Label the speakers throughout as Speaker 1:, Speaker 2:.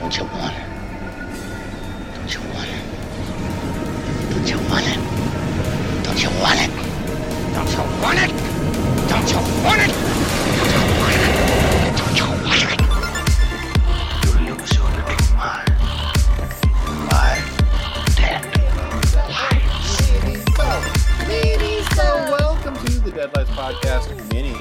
Speaker 1: Don't you want it? Don't you want it? Don't you want it? Don't you want it? Don't you want it? Don't you want it? Don't you want it? Don't you want it? You lose your little mind. Five, ten, lives.
Speaker 2: Maybe so. Welcome to the Dead Lights Podcast Mini.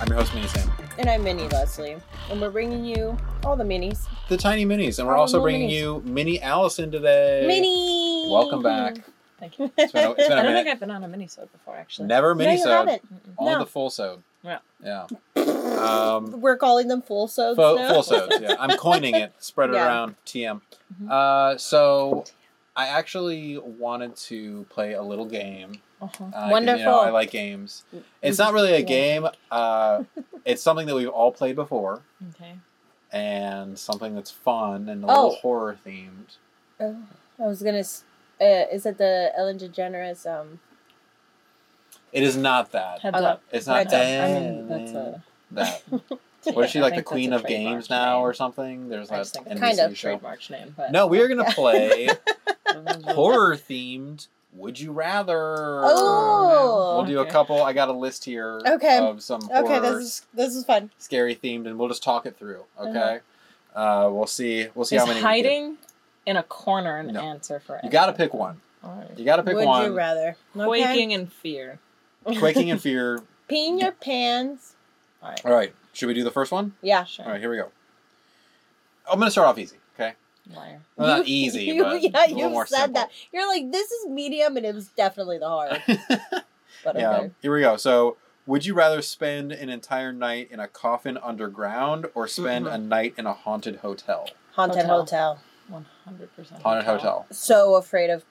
Speaker 2: I'm your host, Mini Sam.
Speaker 3: And I'm Minnie Leslie, and we're bringing you all the minis.
Speaker 2: The Tiny Minis, and we're
Speaker 3: Oh,
Speaker 2: also
Speaker 3: little
Speaker 2: bringing
Speaker 3: minis.
Speaker 2: you Mini Allison today.
Speaker 3: Mini!
Speaker 2: Welcome back.
Speaker 4: Thank you.
Speaker 2: It's been a, it's been
Speaker 4: I
Speaker 2: a
Speaker 4: don't think
Speaker 2: minute.
Speaker 4: I've been on a mini sode before, actually.
Speaker 2: Never
Speaker 3: No,
Speaker 2: mini
Speaker 3: you haven't.
Speaker 2: Only
Speaker 3: No.
Speaker 2: the full sode.
Speaker 4: Yeah.
Speaker 2: Yeah. Um,
Speaker 3: We're calling them full sods
Speaker 2: fo-
Speaker 3: now.
Speaker 2: full sodes. Yeah. I'm coining it. Spread it
Speaker 3: Yeah. Mm-hmm.
Speaker 2: around. TM.
Speaker 4: Mhm.
Speaker 2: Uh, so I actually wanted to play a little game.
Speaker 4: Uh-huh.
Speaker 2: Uh, 'cause, You
Speaker 3: Wonderful.
Speaker 2: know, I like games. It's not really a game. Uh, it's something that we've all played before,
Speaker 4: Okay.
Speaker 2: and something that's fun and a
Speaker 3: Oh.
Speaker 2: little horror themed.
Speaker 3: Oh, I was gonna. s- Uh, is it the Ellen DeGeneres? Um,
Speaker 2: It is not that.
Speaker 4: Heads
Speaker 3: Okay.
Speaker 4: up.
Speaker 2: It's not
Speaker 3: Heads up.
Speaker 2: that.
Speaker 4: I mean, that's a.
Speaker 2: that.
Speaker 4: yeah,
Speaker 2: What is she
Speaker 4: I
Speaker 2: like the
Speaker 4: think that's
Speaker 2: queen
Speaker 4: a
Speaker 2: of
Speaker 4: trademarked
Speaker 2: games now
Speaker 4: name.
Speaker 2: or something? There's
Speaker 4: I
Speaker 2: that
Speaker 4: just think
Speaker 2: NBC
Speaker 4: it's
Speaker 3: Kind
Speaker 4: kind
Speaker 3: of
Speaker 4: of
Speaker 2: show.
Speaker 4: trademarked name, but
Speaker 2: No, we are gonna
Speaker 3: Yeah.
Speaker 2: play horror themed. Would you rather?
Speaker 3: Oh.
Speaker 2: We'll do a
Speaker 4: Okay.
Speaker 2: couple. I got a list here
Speaker 3: Okay.
Speaker 2: of some horror,
Speaker 3: okay, this is this is fun.
Speaker 2: scary themed, and we'll just talk it through. Okay. Uh, we'll see. We'll see
Speaker 4: Uh-huh.
Speaker 2: how many.
Speaker 4: Is
Speaker 2: we get.
Speaker 4: hiding in a corner an
Speaker 2: No.
Speaker 4: answer for
Speaker 2: You got to pick one.
Speaker 4: All right.
Speaker 2: You got to pick
Speaker 3: Would
Speaker 2: one.
Speaker 3: you rather?
Speaker 4: Quaking in fear.
Speaker 3: Okay.
Speaker 2: Quaking in fear.
Speaker 3: Pee in your pants.
Speaker 4: All right.
Speaker 2: All right. Should we do the first one?
Speaker 3: Yeah.
Speaker 4: Sure.
Speaker 2: All right. Here we go. I'm gonna start off easy. Okay.
Speaker 4: Liar.
Speaker 2: Well, not
Speaker 3: You-
Speaker 2: easy,
Speaker 3: you-
Speaker 2: but
Speaker 3: yeah,
Speaker 2: a little
Speaker 3: you
Speaker 2: more
Speaker 3: said
Speaker 2: simple.
Speaker 3: that. You're like, this is medium, and it was definitely the hard. But
Speaker 2: Yeah.
Speaker 3: okay.
Speaker 2: Here we go. So, would you rather spend an entire night in a coffin underground or spend a night in a haunted hotel?
Speaker 3: haunted
Speaker 4: Hotel.
Speaker 3: hotel.
Speaker 4: 100%.
Speaker 2: Haunted hotel.
Speaker 3: So afraid of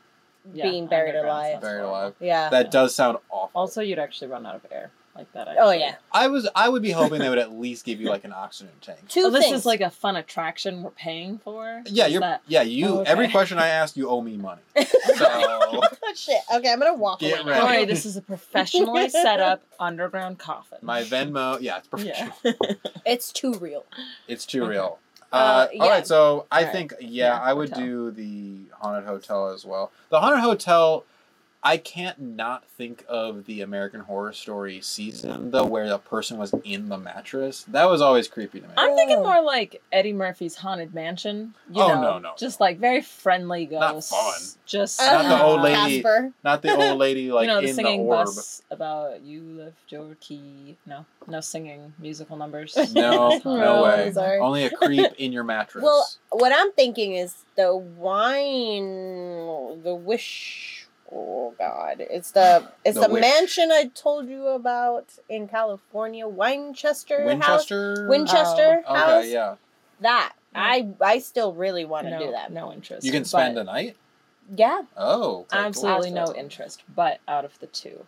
Speaker 4: Yeah,
Speaker 3: being buried
Speaker 4: underground
Speaker 3: alive.
Speaker 4: sounds
Speaker 2: Buried
Speaker 4: horrible.
Speaker 2: alive.
Speaker 3: yeah.
Speaker 2: That does sound awful.
Speaker 4: Also, you'd actually run out of air like that.
Speaker 3: Oh
Speaker 4: actually.
Speaker 3: yeah.
Speaker 2: I was I would be hoping they would at least give you like an oxygen tank.
Speaker 3: Two
Speaker 4: Oh, this
Speaker 3: things.
Speaker 4: is like a fun attraction we're paying for.
Speaker 2: Yeah,
Speaker 4: Is
Speaker 2: you're
Speaker 4: that-
Speaker 2: yeah, you
Speaker 4: Oh, okay.
Speaker 2: every question I ask you owe me money. So
Speaker 3: shit. Okay, I'm gonna walk
Speaker 2: Get
Speaker 3: away.
Speaker 2: ready.
Speaker 3: now.
Speaker 4: Don't worry, this is a professionally set up underground coffin.
Speaker 2: my Venmo, yeah, it's professional.
Speaker 3: It's too real.
Speaker 2: It's too
Speaker 4: Okay.
Speaker 2: real. Uh,
Speaker 3: Uh,
Speaker 2: All
Speaker 3: yeah.
Speaker 2: right, so I
Speaker 4: All right.
Speaker 2: think yeah,
Speaker 4: Yeah,
Speaker 2: I would
Speaker 4: hotel.
Speaker 2: do the haunted hotel as well. The haunted hotel, I can't not think of the American Horror Story season though, where the person was in the mattress. That was always creepy to me.
Speaker 4: I'm thinking
Speaker 3: Oh.
Speaker 4: more like Eddie Murphy's Haunted Mansion. You
Speaker 2: Oh,
Speaker 4: know,
Speaker 2: no, no,
Speaker 4: Just like very friendly
Speaker 2: Not
Speaker 4: ghosts.
Speaker 2: fun.
Speaker 4: Just
Speaker 2: Not the
Speaker 3: Uh,
Speaker 2: old lady
Speaker 3: Casper.
Speaker 2: not the old lady like
Speaker 4: you know, the
Speaker 2: in the
Speaker 4: singing
Speaker 2: orb.
Speaker 4: bus about you lift your key. No, no singing musical numbers.
Speaker 2: No,
Speaker 4: It's not-
Speaker 2: no way.
Speaker 3: I'm sorry.
Speaker 2: Only a creep in your mattress.
Speaker 3: Well, what I'm thinking is the wine, the wish. Oh God, it's the it's
Speaker 2: The
Speaker 3: the,
Speaker 2: wish.
Speaker 3: mansion I told you about in California, Winchester House.
Speaker 2: Winchester. Uh, Oh,
Speaker 3: Winchester
Speaker 2: Okay,
Speaker 3: House.
Speaker 2: yeah.
Speaker 3: That
Speaker 4: Yeah.
Speaker 3: I I still really want to
Speaker 4: No,
Speaker 3: do that.
Speaker 4: no interest.
Speaker 2: You can
Speaker 4: but
Speaker 2: spend a night.
Speaker 3: Yeah,
Speaker 2: Oh, okay, cool.
Speaker 4: absolutely no interest. But out of the two,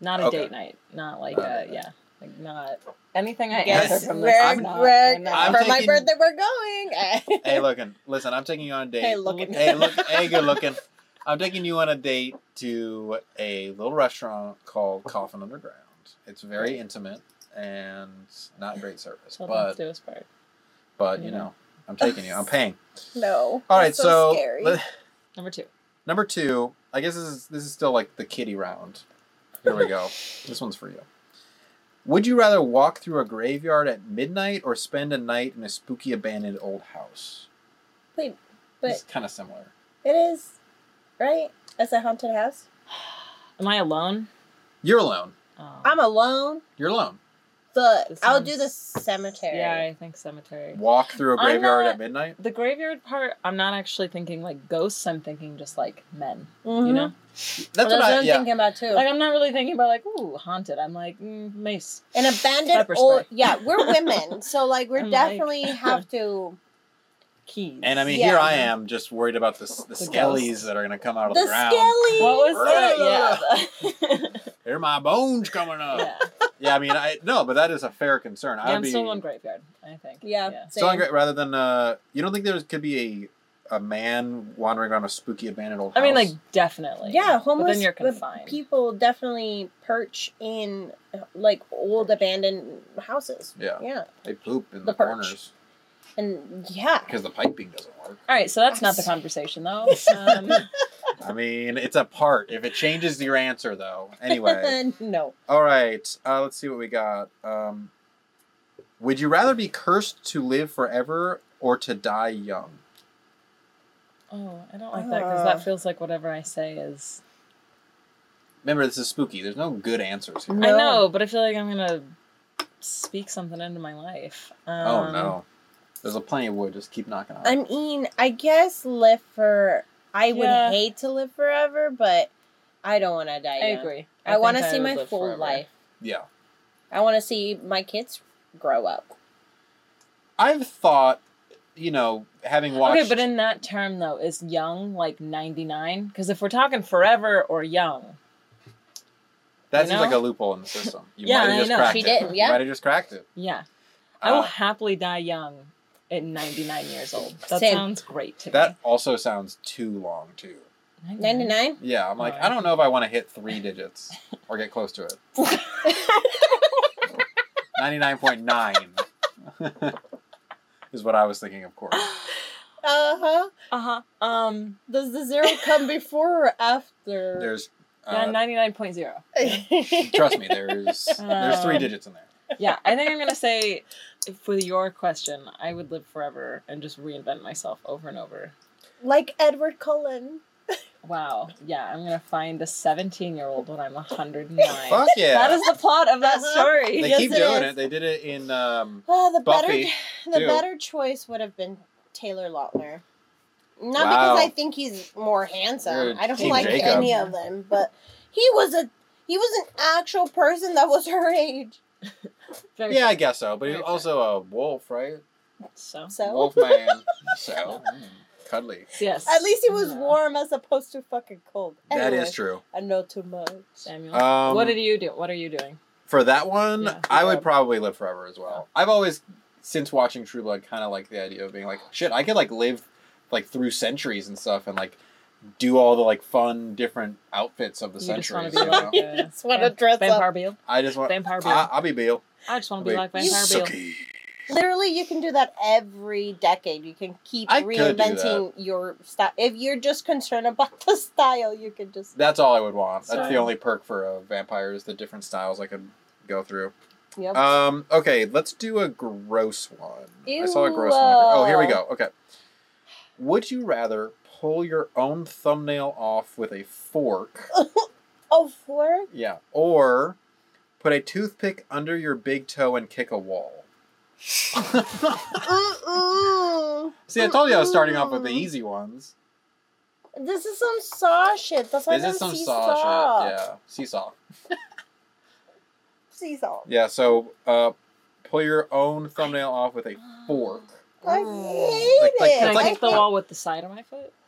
Speaker 4: not a
Speaker 2: Okay.
Speaker 4: date night. Not like
Speaker 2: Not a
Speaker 4: a,
Speaker 2: date
Speaker 4: yeah, like not anything. I
Speaker 2: Yes,
Speaker 4: answer from this.
Speaker 3: we're,
Speaker 4: is not-
Speaker 3: we're-
Speaker 4: no.
Speaker 2: I'm
Speaker 3: for my
Speaker 2: taking-
Speaker 3: birthday we're going.
Speaker 2: Hey, look, and listen, I'm taking you on a date.
Speaker 3: hey, look at
Speaker 2: hey, look, hey, good looking. I'm taking you on a date to a little restaurant called Coffin Underground. It's very intimate and not great service,
Speaker 4: Tell them
Speaker 2: but
Speaker 4: to do us part.
Speaker 2: but you know, I'm taking you. I'm paying.
Speaker 3: no.
Speaker 2: All right,
Speaker 3: that's
Speaker 2: so,
Speaker 3: scary.
Speaker 2: let-
Speaker 4: Number two.
Speaker 2: number two. I guess this is this is still like the kitty round. Here we go. this one's for you. Would you rather walk through a graveyard at midnight or spend a night in a spooky abandoned old house?
Speaker 3: Wait,
Speaker 2: it's
Speaker 3: but
Speaker 2: kind of similar.
Speaker 3: it is right. It's a haunted house.
Speaker 4: Am I alone?
Speaker 2: You're alone.
Speaker 4: Oh.
Speaker 3: I'm alone.
Speaker 2: You're alone.
Speaker 3: The
Speaker 4: This
Speaker 3: I'll
Speaker 4: sounds-
Speaker 3: do the cemetery.
Speaker 4: yeah, I think cemetery.
Speaker 2: Walk through a
Speaker 4: I'm
Speaker 2: graveyard
Speaker 4: not-
Speaker 2: at midnight.
Speaker 4: The graveyard part, I'm not actually thinking like ghosts. I'm thinking just like men.
Speaker 3: Mhm.
Speaker 4: You know,
Speaker 2: That's
Speaker 3: Well,
Speaker 2: what I
Speaker 3: I'm
Speaker 2: yeah.
Speaker 3: thinking about too.
Speaker 4: like I'm not really thinking about like ooh haunted. I'm like mm, mace.
Speaker 3: An abandoned
Speaker 4: Pepper
Speaker 3: old.
Speaker 4: spray.
Speaker 3: Yeah, we're women, so like we
Speaker 4: I'm
Speaker 3: are
Speaker 4: like-
Speaker 3: definitely have to.
Speaker 4: keys.
Speaker 2: And I mean,
Speaker 3: Yeah.
Speaker 2: here I am just worried about the, s- the skellies
Speaker 4: ghosts.
Speaker 2: that are going to come out of
Speaker 3: The
Speaker 2: the ground.
Speaker 3: skelly.
Speaker 4: what was
Speaker 2: Right.
Speaker 4: that? Yeah,
Speaker 2: They're my bones coming up.
Speaker 4: yeah.
Speaker 2: Yeah. I mean, I no, but that is a fair concern. Uh, I
Speaker 4: Yeah,
Speaker 2: would
Speaker 4: I'm
Speaker 2: be
Speaker 4: still on graveyard. I think.
Speaker 3: Yeah.
Speaker 2: still on
Speaker 3: same.
Speaker 2: gra- rather than uh, you don't think there could be a a man wandering around a spooky abandoned old
Speaker 4: I
Speaker 2: house.
Speaker 4: mean, like definitely.
Speaker 3: Yeah,
Speaker 4: But
Speaker 3: homeless
Speaker 4: then you're
Speaker 3: with
Speaker 4: confined.
Speaker 3: people definitely perch in like old abandoned houses.
Speaker 2: yeah,
Speaker 3: Yeah,
Speaker 2: they poop in the,
Speaker 3: The perch.
Speaker 2: corners.
Speaker 3: And yeah,
Speaker 2: because the piping doesn't work.
Speaker 4: All right, so that's not the conversation though. Um,
Speaker 2: I mean, it's a part. If it changes your answer, though. Anyway,
Speaker 3: no.
Speaker 2: all right. Uh, let's see what we got. Um, would you rather be cursed to live forever or to die young?
Speaker 4: oh, I don't like that because
Speaker 3: Uh.
Speaker 4: that feels like whatever I say is.
Speaker 2: Remember, this is spooky. There's no good answers here.
Speaker 3: No.
Speaker 4: I know, but I feel like I'm gonna speak something into my life. Um,
Speaker 2: oh no, there's a plenty of wood. Just keep knocking on.
Speaker 3: I
Speaker 2: it.
Speaker 3: mean, I guess live for. I
Speaker 4: Yeah.
Speaker 3: would hate to live forever, but I don't want to die.
Speaker 4: I
Speaker 3: young.
Speaker 4: agree.
Speaker 3: I, want to
Speaker 4: think
Speaker 3: see
Speaker 4: would
Speaker 3: my
Speaker 4: live
Speaker 3: full
Speaker 4: forever.
Speaker 3: life.
Speaker 2: yeah,
Speaker 3: I want to see my kids grow up.
Speaker 2: I've thought, you know, having watched.
Speaker 4: Okay, but in that term though, is young like 99? Because if we're talking forever or young,
Speaker 2: that
Speaker 4: you
Speaker 2: seems
Speaker 4: know?
Speaker 2: like a loophole in the system. You
Speaker 4: Yeah,
Speaker 2: might
Speaker 4: I
Speaker 2: have just
Speaker 4: know.
Speaker 2: cracked
Speaker 3: She
Speaker 2: it.
Speaker 3: didn't, yeah.
Speaker 2: You might have just cracked it.
Speaker 4: yeah, I will
Speaker 2: Uh,
Speaker 4: happily die young at 99 years old. That
Speaker 3: Same.
Speaker 4: sounds great to
Speaker 2: that also sounds too long, too.
Speaker 4: me.
Speaker 3: 99?
Speaker 2: Yeah, I'm like,
Speaker 4: Right.
Speaker 2: I don't know if I want to hit three digits or get close to it. 99.9 is what I was thinking, of course.
Speaker 3: Uh huh.
Speaker 4: Uh huh. Um.
Speaker 3: Does the zero come before or after?
Speaker 2: There's,
Speaker 4: Yeah,
Speaker 2: uh,
Speaker 4: 99.0.
Speaker 2: trust me, there's there's three
Speaker 4: Um,
Speaker 2: digits in there.
Speaker 4: Yeah, I think I'm gonna say, for your question, I would live forever and just reinvent myself over and over.
Speaker 3: like Edward Cullen.
Speaker 4: Wow. Yeah, I'm gonna find a 17 year old when I'm 109.
Speaker 2: Fuck yeah.
Speaker 4: That is the plot of that
Speaker 3: Uh-huh.
Speaker 4: story.
Speaker 2: they
Speaker 3: yes,
Speaker 2: keep
Speaker 3: it
Speaker 2: doing
Speaker 3: is.
Speaker 2: it. They did it in um,
Speaker 3: Oh, the
Speaker 2: Buffy.
Speaker 3: better the
Speaker 2: too.
Speaker 3: better choice would have been Taylor Lautner. Not
Speaker 2: Wow.
Speaker 3: because I think he's more handsome.
Speaker 2: You're
Speaker 3: I don't
Speaker 2: Team
Speaker 3: like
Speaker 2: Jacob.
Speaker 3: any of them, but he was a he was an actual person that was her age.
Speaker 4: Very
Speaker 2: Yeah, I guess so. But he's
Speaker 4: Very
Speaker 2: also a wolf, right?
Speaker 4: good. So
Speaker 3: So
Speaker 2: Wolf man. so mm, cuddly.
Speaker 4: yes.
Speaker 3: at least he was
Speaker 4: Yeah.
Speaker 3: warm as opposed to fucking cold.
Speaker 2: That
Speaker 3: Anyway,
Speaker 2: is true.
Speaker 3: I know too much.
Speaker 4: Samuel.
Speaker 2: Um,
Speaker 4: what did you do? What are you doing?
Speaker 2: for that one,
Speaker 4: Yeah.
Speaker 2: I would probably live forever as well. I've always, since watching True Blood, kind of like the idea of being like, shit, I could like live like through centuries and stuff, and like do all the like fun different outfits of the
Speaker 4: You just wanna
Speaker 2: centuries.
Speaker 4: be
Speaker 2: you know?
Speaker 4: like a
Speaker 3: Just wanna dress up.
Speaker 4: vampire Beale.
Speaker 2: I just want.
Speaker 4: Vampire Beale.
Speaker 2: I, I'll be Bill.
Speaker 4: I just want to
Speaker 2: Wait.
Speaker 4: be like Vampire Beale.
Speaker 2: Suki.
Speaker 3: Literally, you can do that every decade. You can keep
Speaker 2: I could do
Speaker 3: reinventing your style. If you're just concerned about the style, you could just
Speaker 2: That's all I would want. That's
Speaker 4: Sorry.
Speaker 2: the only perk for a vampire is the different styles I could go through.
Speaker 3: yep.
Speaker 2: Um. Okay, let's do a gross one. I saw a gross one. earlier. Oh, here we
Speaker 3: Ew.
Speaker 4: uh.
Speaker 2: go. Okay. Would you rather pull your own thumbnail off with a fork?
Speaker 3: oh, for
Speaker 2: Yeah. Or put a toothpick under your big toe and kick a wall.
Speaker 3: Mm-mm.
Speaker 2: See, I told you I was starting off with the easy ones.
Speaker 3: This is some saw shit. That's why
Speaker 2: This is some saw,
Speaker 3: saw.
Speaker 2: shit. Yeah. Seesaw.
Speaker 3: Seesaw.
Speaker 2: Yeah, so uh pull your own thumbnail off with a fork.
Speaker 3: I
Speaker 4: Oh.
Speaker 3: hate
Speaker 2: Mm. Like-
Speaker 4: Can
Speaker 3: it.
Speaker 2: like-
Speaker 4: I
Speaker 2: like-
Speaker 4: kick the wall with the side of my foot?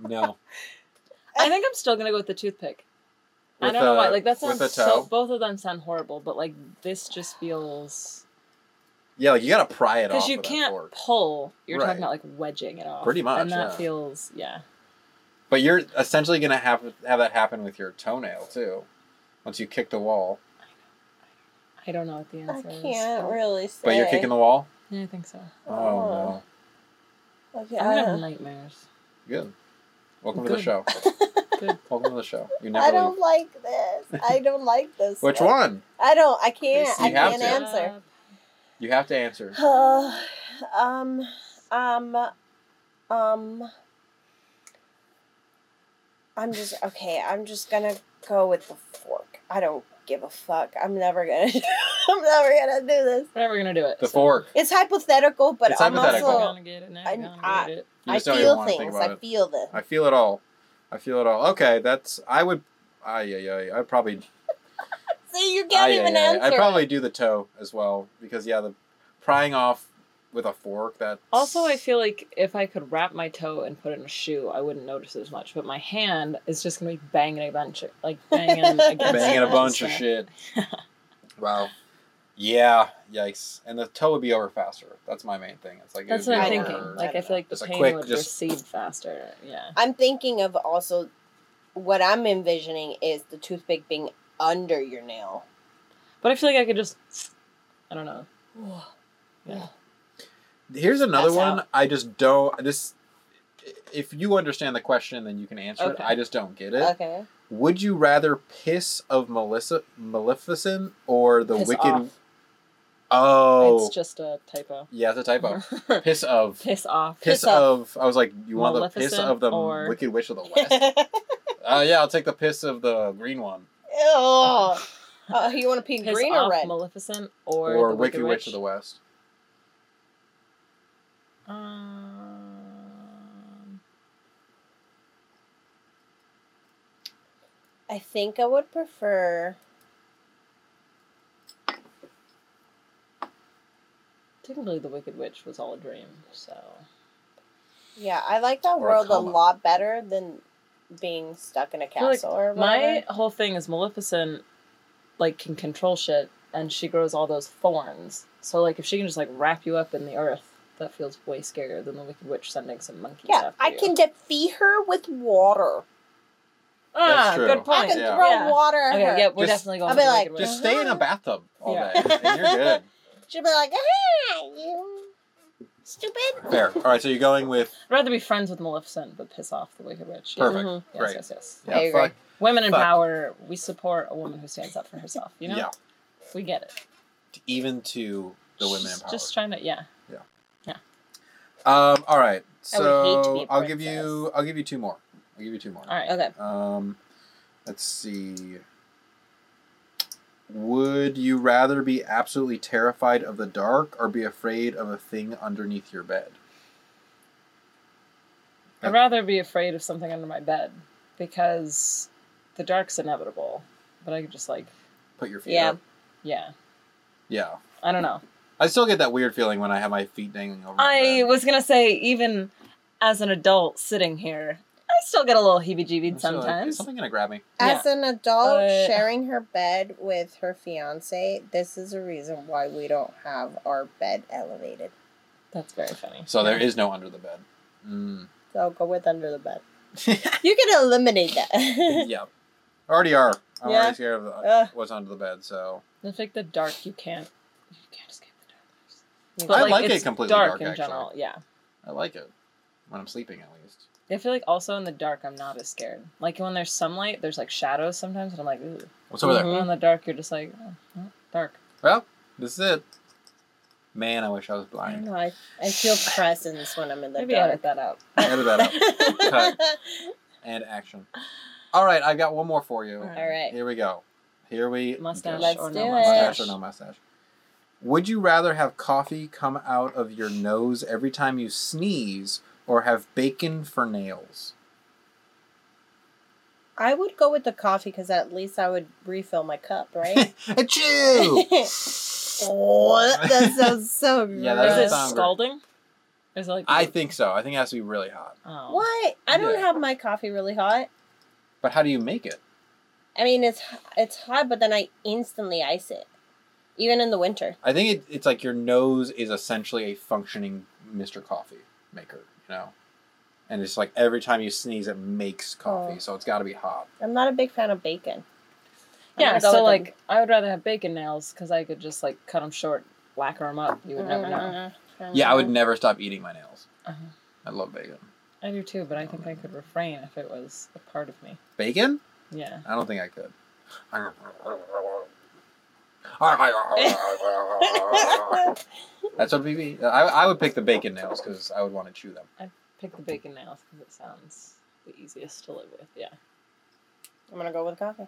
Speaker 2: No.
Speaker 4: I think I'm still gonna go with the toothpick. I don't know why. Like that sounds
Speaker 2: with a
Speaker 4: so.
Speaker 2: toe.
Speaker 4: Both of them sound horrible, but like this just feels
Speaker 2: Yeah, like you gotta pry it off.
Speaker 4: because you
Speaker 2: with a
Speaker 4: can't
Speaker 2: fork.
Speaker 4: pull. You're
Speaker 2: Right.
Speaker 4: talking about like wedging it off.
Speaker 2: Pretty much,
Speaker 4: and that
Speaker 2: yeah.
Speaker 4: feels yeah.
Speaker 2: But you're essentially gonna have have that happen with your toenail too. Once you kick the wall.
Speaker 4: I don't know what the
Speaker 3: I
Speaker 4: answer is.
Speaker 3: can't really say. Uh-huh.
Speaker 2: But you're kicking the wall?
Speaker 4: Yeah, I think so.
Speaker 2: Oh no.
Speaker 3: Okay,
Speaker 4: I'm
Speaker 3: I
Speaker 4: gonna have
Speaker 3: don't,
Speaker 4: nightmares.
Speaker 2: Good. Welcome to
Speaker 4: Good.
Speaker 2: the show.
Speaker 4: Good.
Speaker 2: Welcome to the show. You
Speaker 3: I
Speaker 2: never leave.
Speaker 3: don't like this. I don't like this.
Speaker 2: Which one?
Speaker 3: I don't. I can't. I
Speaker 2: You have
Speaker 3: can't
Speaker 2: to.
Speaker 3: answer.
Speaker 2: You have to answer.
Speaker 3: Uh, um, um, um. I'm just okay. I'm just gonna go with the fork. I don't give a fuck. I'm never gonna. I'm never gonna do this.
Speaker 4: Whatever, we're gonna do it.
Speaker 2: The fork.
Speaker 3: It's hypothetical, but
Speaker 2: It's
Speaker 3: I'm
Speaker 2: hypothetical.
Speaker 4: I'm
Speaker 3: also
Speaker 4: gonna get it now.
Speaker 3: I-
Speaker 4: I'm gonna
Speaker 3: I-
Speaker 4: get it.
Speaker 2: You
Speaker 3: I
Speaker 2: just don't even
Speaker 3: feel
Speaker 2: want to think
Speaker 3: things.
Speaker 2: about
Speaker 3: I
Speaker 2: it.
Speaker 3: feel them.
Speaker 2: I feel it all. I feel it all. Okay, that's I would I I I I'd probably
Speaker 3: See, you
Speaker 2: I
Speaker 3: can't even answer.
Speaker 2: I'd probably do the toe as well because yeah, the prying off with a fork that
Speaker 4: Also, I feel like if I could wrap my toe and put it in a shoe, I wouldn't notice as much. But my hand is just gonna be banging a bunch, of, like banging against
Speaker 2: banging a
Speaker 4: it.
Speaker 2: bunch of shit. wow. Yeah, yikes. And the toe would be over faster. That's my main thing. It's like it
Speaker 4: That's
Speaker 2: would
Speaker 4: what
Speaker 2: be
Speaker 4: I'm
Speaker 3: I
Speaker 4: thinking.
Speaker 2: over-
Speaker 4: Like I feel like the
Speaker 2: Just a
Speaker 4: pain
Speaker 2: quick,
Speaker 4: would
Speaker 2: just-
Speaker 4: recede faster. Yeah.
Speaker 3: I'm thinking of also what I'm envisioning is the toothpick being under your nail.
Speaker 4: But I feel like I could just I don't know. Yeah.
Speaker 2: Here's another
Speaker 4: That's
Speaker 2: one.
Speaker 4: out.
Speaker 2: I just don't. This, if you understand the question, then you can answer
Speaker 4: Okay. Uh,
Speaker 2: it. I just don't get it.
Speaker 4: Okay.
Speaker 2: Would you rather piss of Melissa Maleficent or the
Speaker 4: Piss
Speaker 2: Wicked?
Speaker 4: off.
Speaker 2: Oh,
Speaker 4: It's just a typo.
Speaker 2: yeah, it's a typo. piss of.
Speaker 4: Piss off.
Speaker 2: Piss,
Speaker 3: Piss
Speaker 2: of. I was like, you want the piss
Speaker 4: Maleficent
Speaker 2: of the
Speaker 4: or-
Speaker 2: Wicked Witch of the West? uh, yeah, I'll take the piss of the green one
Speaker 3: Oh, you want to pee
Speaker 4: Piss
Speaker 3: green or
Speaker 4: off
Speaker 3: red?
Speaker 4: Maleficent or,
Speaker 2: or,
Speaker 4: the
Speaker 2: Wicked, Witch. of the
Speaker 4: West.
Speaker 2: West.
Speaker 4: Um,
Speaker 3: I think I would prefer.
Speaker 4: technically, the Wicked Witch was all a dream. So
Speaker 3: Yeah, I like
Speaker 2: Or
Speaker 3: that
Speaker 2: a
Speaker 3: world a,
Speaker 2: coma.
Speaker 3: lot better than being stuck in a
Speaker 4: feel like
Speaker 3: castle or
Speaker 4: my
Speaker 3: whatever.
Speaker 4: whole thing is Maleficent, like can control shit, and she grows all those thorns. So like, if she can just like wrap you up in the earth, that feels way scarier than the Wicked Witch sending some monkeys.
Speaker 3: Yeah,
Speaker 4: after
Speaker 3: I
Speaker 4: you.
Speaker 3: can defeat her with water.
Speaker 4: Ah,
Speaker 2: That's true.
Speaker 4: good
Speaker 3: I
Speaker 4: point.
Speaker 3: can
Speaker 2: yeah.
Speaker 3: throw
Speaker 4: Yeah.
Speaker 3: water at
Speaker 4: Okay,
Speaker 3: her.
Speaker 4: yeah, we're
Speaker 2: Just-
Speaker 4: definitely going.
Speaker 3: I'll
Speaker 4: for
Speaker 3: be
Speaker 4: the
Speaker 3: like,
Speaker 4: Wicked
Speaker 2: Just
Speaker 4: Witch.
Speaker 2: stay in a bathtub all
Speaker 4: Uh-huh. Yeah.
Speaker 2: day. and you're good.
Speaker 3: She'd be like, ah, you stupid.
Speaker 2: Fair. All right, so you're going with
Speaker 4: I'd rather be friends with Maleficent, but piss off the Wicked Witch. Yeah.
Speaker 2: perfect.
Speaker 3: Mhm.
Speaker 4: Yes,
Speaker 2: Great.
Speaker 4: yes, yes.
Speaker 3: I
Speaker 2: Yeah,
Speaker 3: agree.
Speaker 2: fuck.
Speaker 4: Women in
Speaker 2: Fuck.
Speaker 4: power, we support a woman who stands up for herself. You know,
Speaker 2: Yeah.
Speaker 4: we get it.
Speaker 2: Even to the women in
Speaker 4: Just-
Speaker 2: power.
Speaker 4: Just trying to, yeah.
Speaker 2: Um, all right.
Speaker 3: I would hate to
Speaker 2: So
Speaker 3: be a
Speaker 2: I'll give
Speaker 3: princess.
Speaker 2: you I'll give you two more. I'll give you two more.
Speaker 4: All right.
Speaker 3: Okay.
Speaker 2: Um, let's see. Would you rather be absolutely terrified of the dark or be afraid of a thing underneath your bed?
Speaker 4: I'd rather be afraid of something under my bed because the dark's inevitable. But I could just like,
Speaker 2: Put your feet
Speaker 3: Yeah.
Speaker 2: up.
Speaker 4: yeah,
Speaker 2: Yeah.
Speaker 4: I don't know.
Speaker 2: I still get that weird feeling when I have my feet dangling over. my
Speaker 4: I
Speaker 2: bed.
Speaker 4: was gonna say, even as an adult sitting here, I still get a little heebie-jeebies
Speaker 2: I'm still like, is
Speaker 4: sometimes.
Speaker 2: something gonna grab me.
Speaker 3: As an adult
Speaker 4: But-
Speaker 3: sharing her bed with her fiance, this is a reason why we don't have our bed elevated.
Speaker 4: That's very funny.
Speaker 2: So there is no under the bed. Mm.
Speaker 3: So I'll go with under the bed. You can eliminate that.
Speaker 2: yeah. I already are. I'm
Speaker 3: Yeah.
Speaker 2: already scared of the,
Speaker 3: Ugh.
Speaker 2: what's under the bed. So
Speaker 4: It's like the dark. You can't. You can't escape the darkness.
Speaker 2: I like it
Speaker 4: it's
Speaker 2: completely dark,
Speaker 4: in
Speaker 2: actually.
Speaker 4: general. Yeah.
Speaker 2: I like it when I'm sleeping at least.
Speaker 4: I feel like also in the dark, I'm not as scared. Like when there's sunlight, there's like shadows sometimes, and I'm like, ooh.
Speaker 2: What's
Speaker 3: Mm-hmm.
Speaker 2: over there?
Speaker 4: And in the dark, you're just like, oh, oh, dark.
Speaker 2: Well, this is it. Man, I wish I was
Speaker 3: I
Speaker 2: blind.
Speaker 3: don't know. I, I feel presence when I'm in the
Speaker 4: Maybe edit
Speaker 3: dark.
Speaker 4: that out.
Speaker 2: Edit that out. And action. All right, I've got one more for you.
Speaker 4: All
Speaker 3: All right.
Speaker 2: Here we go. Here we
Speaker 4: Mustache
Speaker 3: Let's
Speaker 4: or
Speaker 3: do
Speaker 4: no
Speaker 3: it.
Speaker 2: Mustache
Speaker 4: mustache.
Speaker 2: or no mustache. Would you rather have coffee come out of your nose every time you sneeze or have bacon for nails?
Speaker 3: I would go with the coffee because at least I would refill my cup, right?
Speaker 2: Achoo!
Speaker 3: oh, that sounds so gross.
Speaker 2: Yeah, that
Speaker 4: Is
Speaker 2: doesn't
Speaker 4: it
Speaker 2: sound great.
Speaker 4: scalding? Is it like
Speaker 2: I think so. I think it has to be really hot.
Speaker 4: Oh.
Speaker 3: What? I don't
Speaker 2: Yeah.
Speaker 3: have my coffee really hot.
Speaker 2: But how do you make it?
Speaker 3: I mean, it's it's hot, but then I instantly ice it, even in the winter.
Speaker 2: I think it, it's like your nose is essentially a functioning Mr. Coffee maker, you know? And it's like every time you sneeze, it makes coffee.
Speaker 3: Oh.
Speaker 2: So it's got to be hot.
Speaker 3: I'm not a big fan of bacon. I'm
Speaker 4: Yeah.
Speaker 3: gonna go
Speaker 4: So
Speaker 3: with
Speaker 4: like,
Speaker 3: the-
Speaker 4: I would rather have bacon nails because I could just like cut them short, whack them up. You would never know.
Speaker 2: Yeah, I would never stop eating my nails.
Speaker 4: Uh-huh.
Speaker 2: I love bacon.
Speaker 4: I do too, but I think I could refrain if it was a part of me.
Speaker 2: Bacon?
Speaker 4: Yeah.
Speaker 2: I don't think I could. That's what we be. I, I would pick the bacon nails because I would want to chew them.
Speaker 4: Pick the bacon nails because it sounds the easiest to live with. Yeah.
Speaker 3: I'm gonna go with coffee.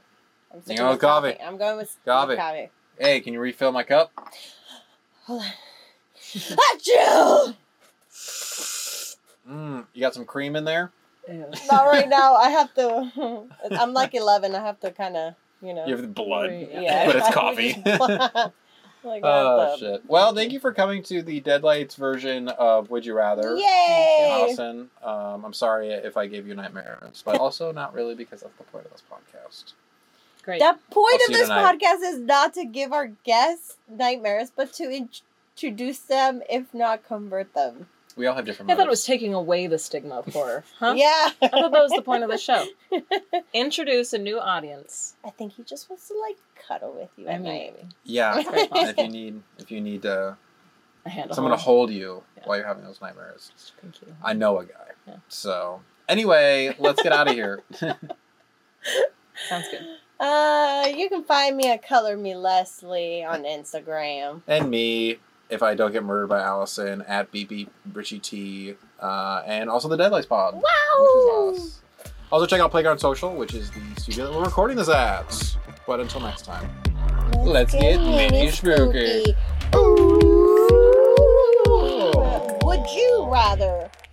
Speaker 3: I'm sticking
Speaker 2: going with coffee.
Speaker 3: I'm going with
Speaker 2: Coffee.
Speaker 3: coffee. coffee.
Speaker 2: Hey, can you refill my cup?
Speaker 3: Hold on. Achoo!
Speaker 2: Mm, you got some cream in there?
Speaker 4: Ew.
Speaker 3: Not right now. I have to. I'm like 11. I have to kind of, you know. Oh
Speaker 2: You have the blood,
Speaker 4: Yeah.
Speaker 2: but it's
Speaker 3: I
Speaker 2: coffee.
Speaker 3: just- like, I
Speaker 2: oh
Speaker 3: have to-
Speaker 2: shit! Well, thank you for coming to the Deadlights version of Would You Rather.
Speaker 3: Yay!
Speaker 2: Allison, um, I'm sorry if I gave you nightmares, but also not really because that's the point of this podcast.
Speaker 4: Great.
Speaker 3: The point
Speaker 2: I'll see
Speaker 3: of
Speaker 2: you
Speaker 3: this
Speaker 2: tonight.
Speaker 3: podcast is not to give our guests nightmares, but to in- introduce them, if not convert them.
Speaker 2: We all have different.
Speaker 4: I thought it
Speaker 2: motives.
Speaker 4: was taking away the stigma of horror. Huh?
Speaker 3: Yeah.
Speaker 4: I thought that was the point of the show. Introduce a new audience.
Speaker 3: I think he just wants to like cuddle with you.
Speaker 4: I
Speaker 3: at
Speaker 4: mean,
Speaker 3: night.
Speaker 4: maybe.
Speaker 2: Yeah.
Speaker 4: That's very
Speaker 2: if
Speaker 4: possible.
Speaker 2: you need, if you need uh,
Speaker 4: a hand.
Speaker 2: So I'm gonna hold you
Speaker 4: Yeah.
Speaker 2: while you're having those nightmares.
Speaker 4: Just thank you.
Speaker 2: I know a guy.
Speaker 4: Yeah.
Speaker 2: So anyway, let's get out of here.
Speaker 4: Sounds good.
Speaker 3: Uh, you can find me at Color Me Leslie on Instagram.
Speaker 2: and me, if I don't get murdered by Allison, at BB Richie T, uh, and also the Deadlights Pod,
Speaker 3: Wow!
Speaker 2: which is us. Also check out Playground Social, which is the studio that we're recording this at. But until next time. Let's get mini spooky.
Speaker 3: Ooh. Would you rather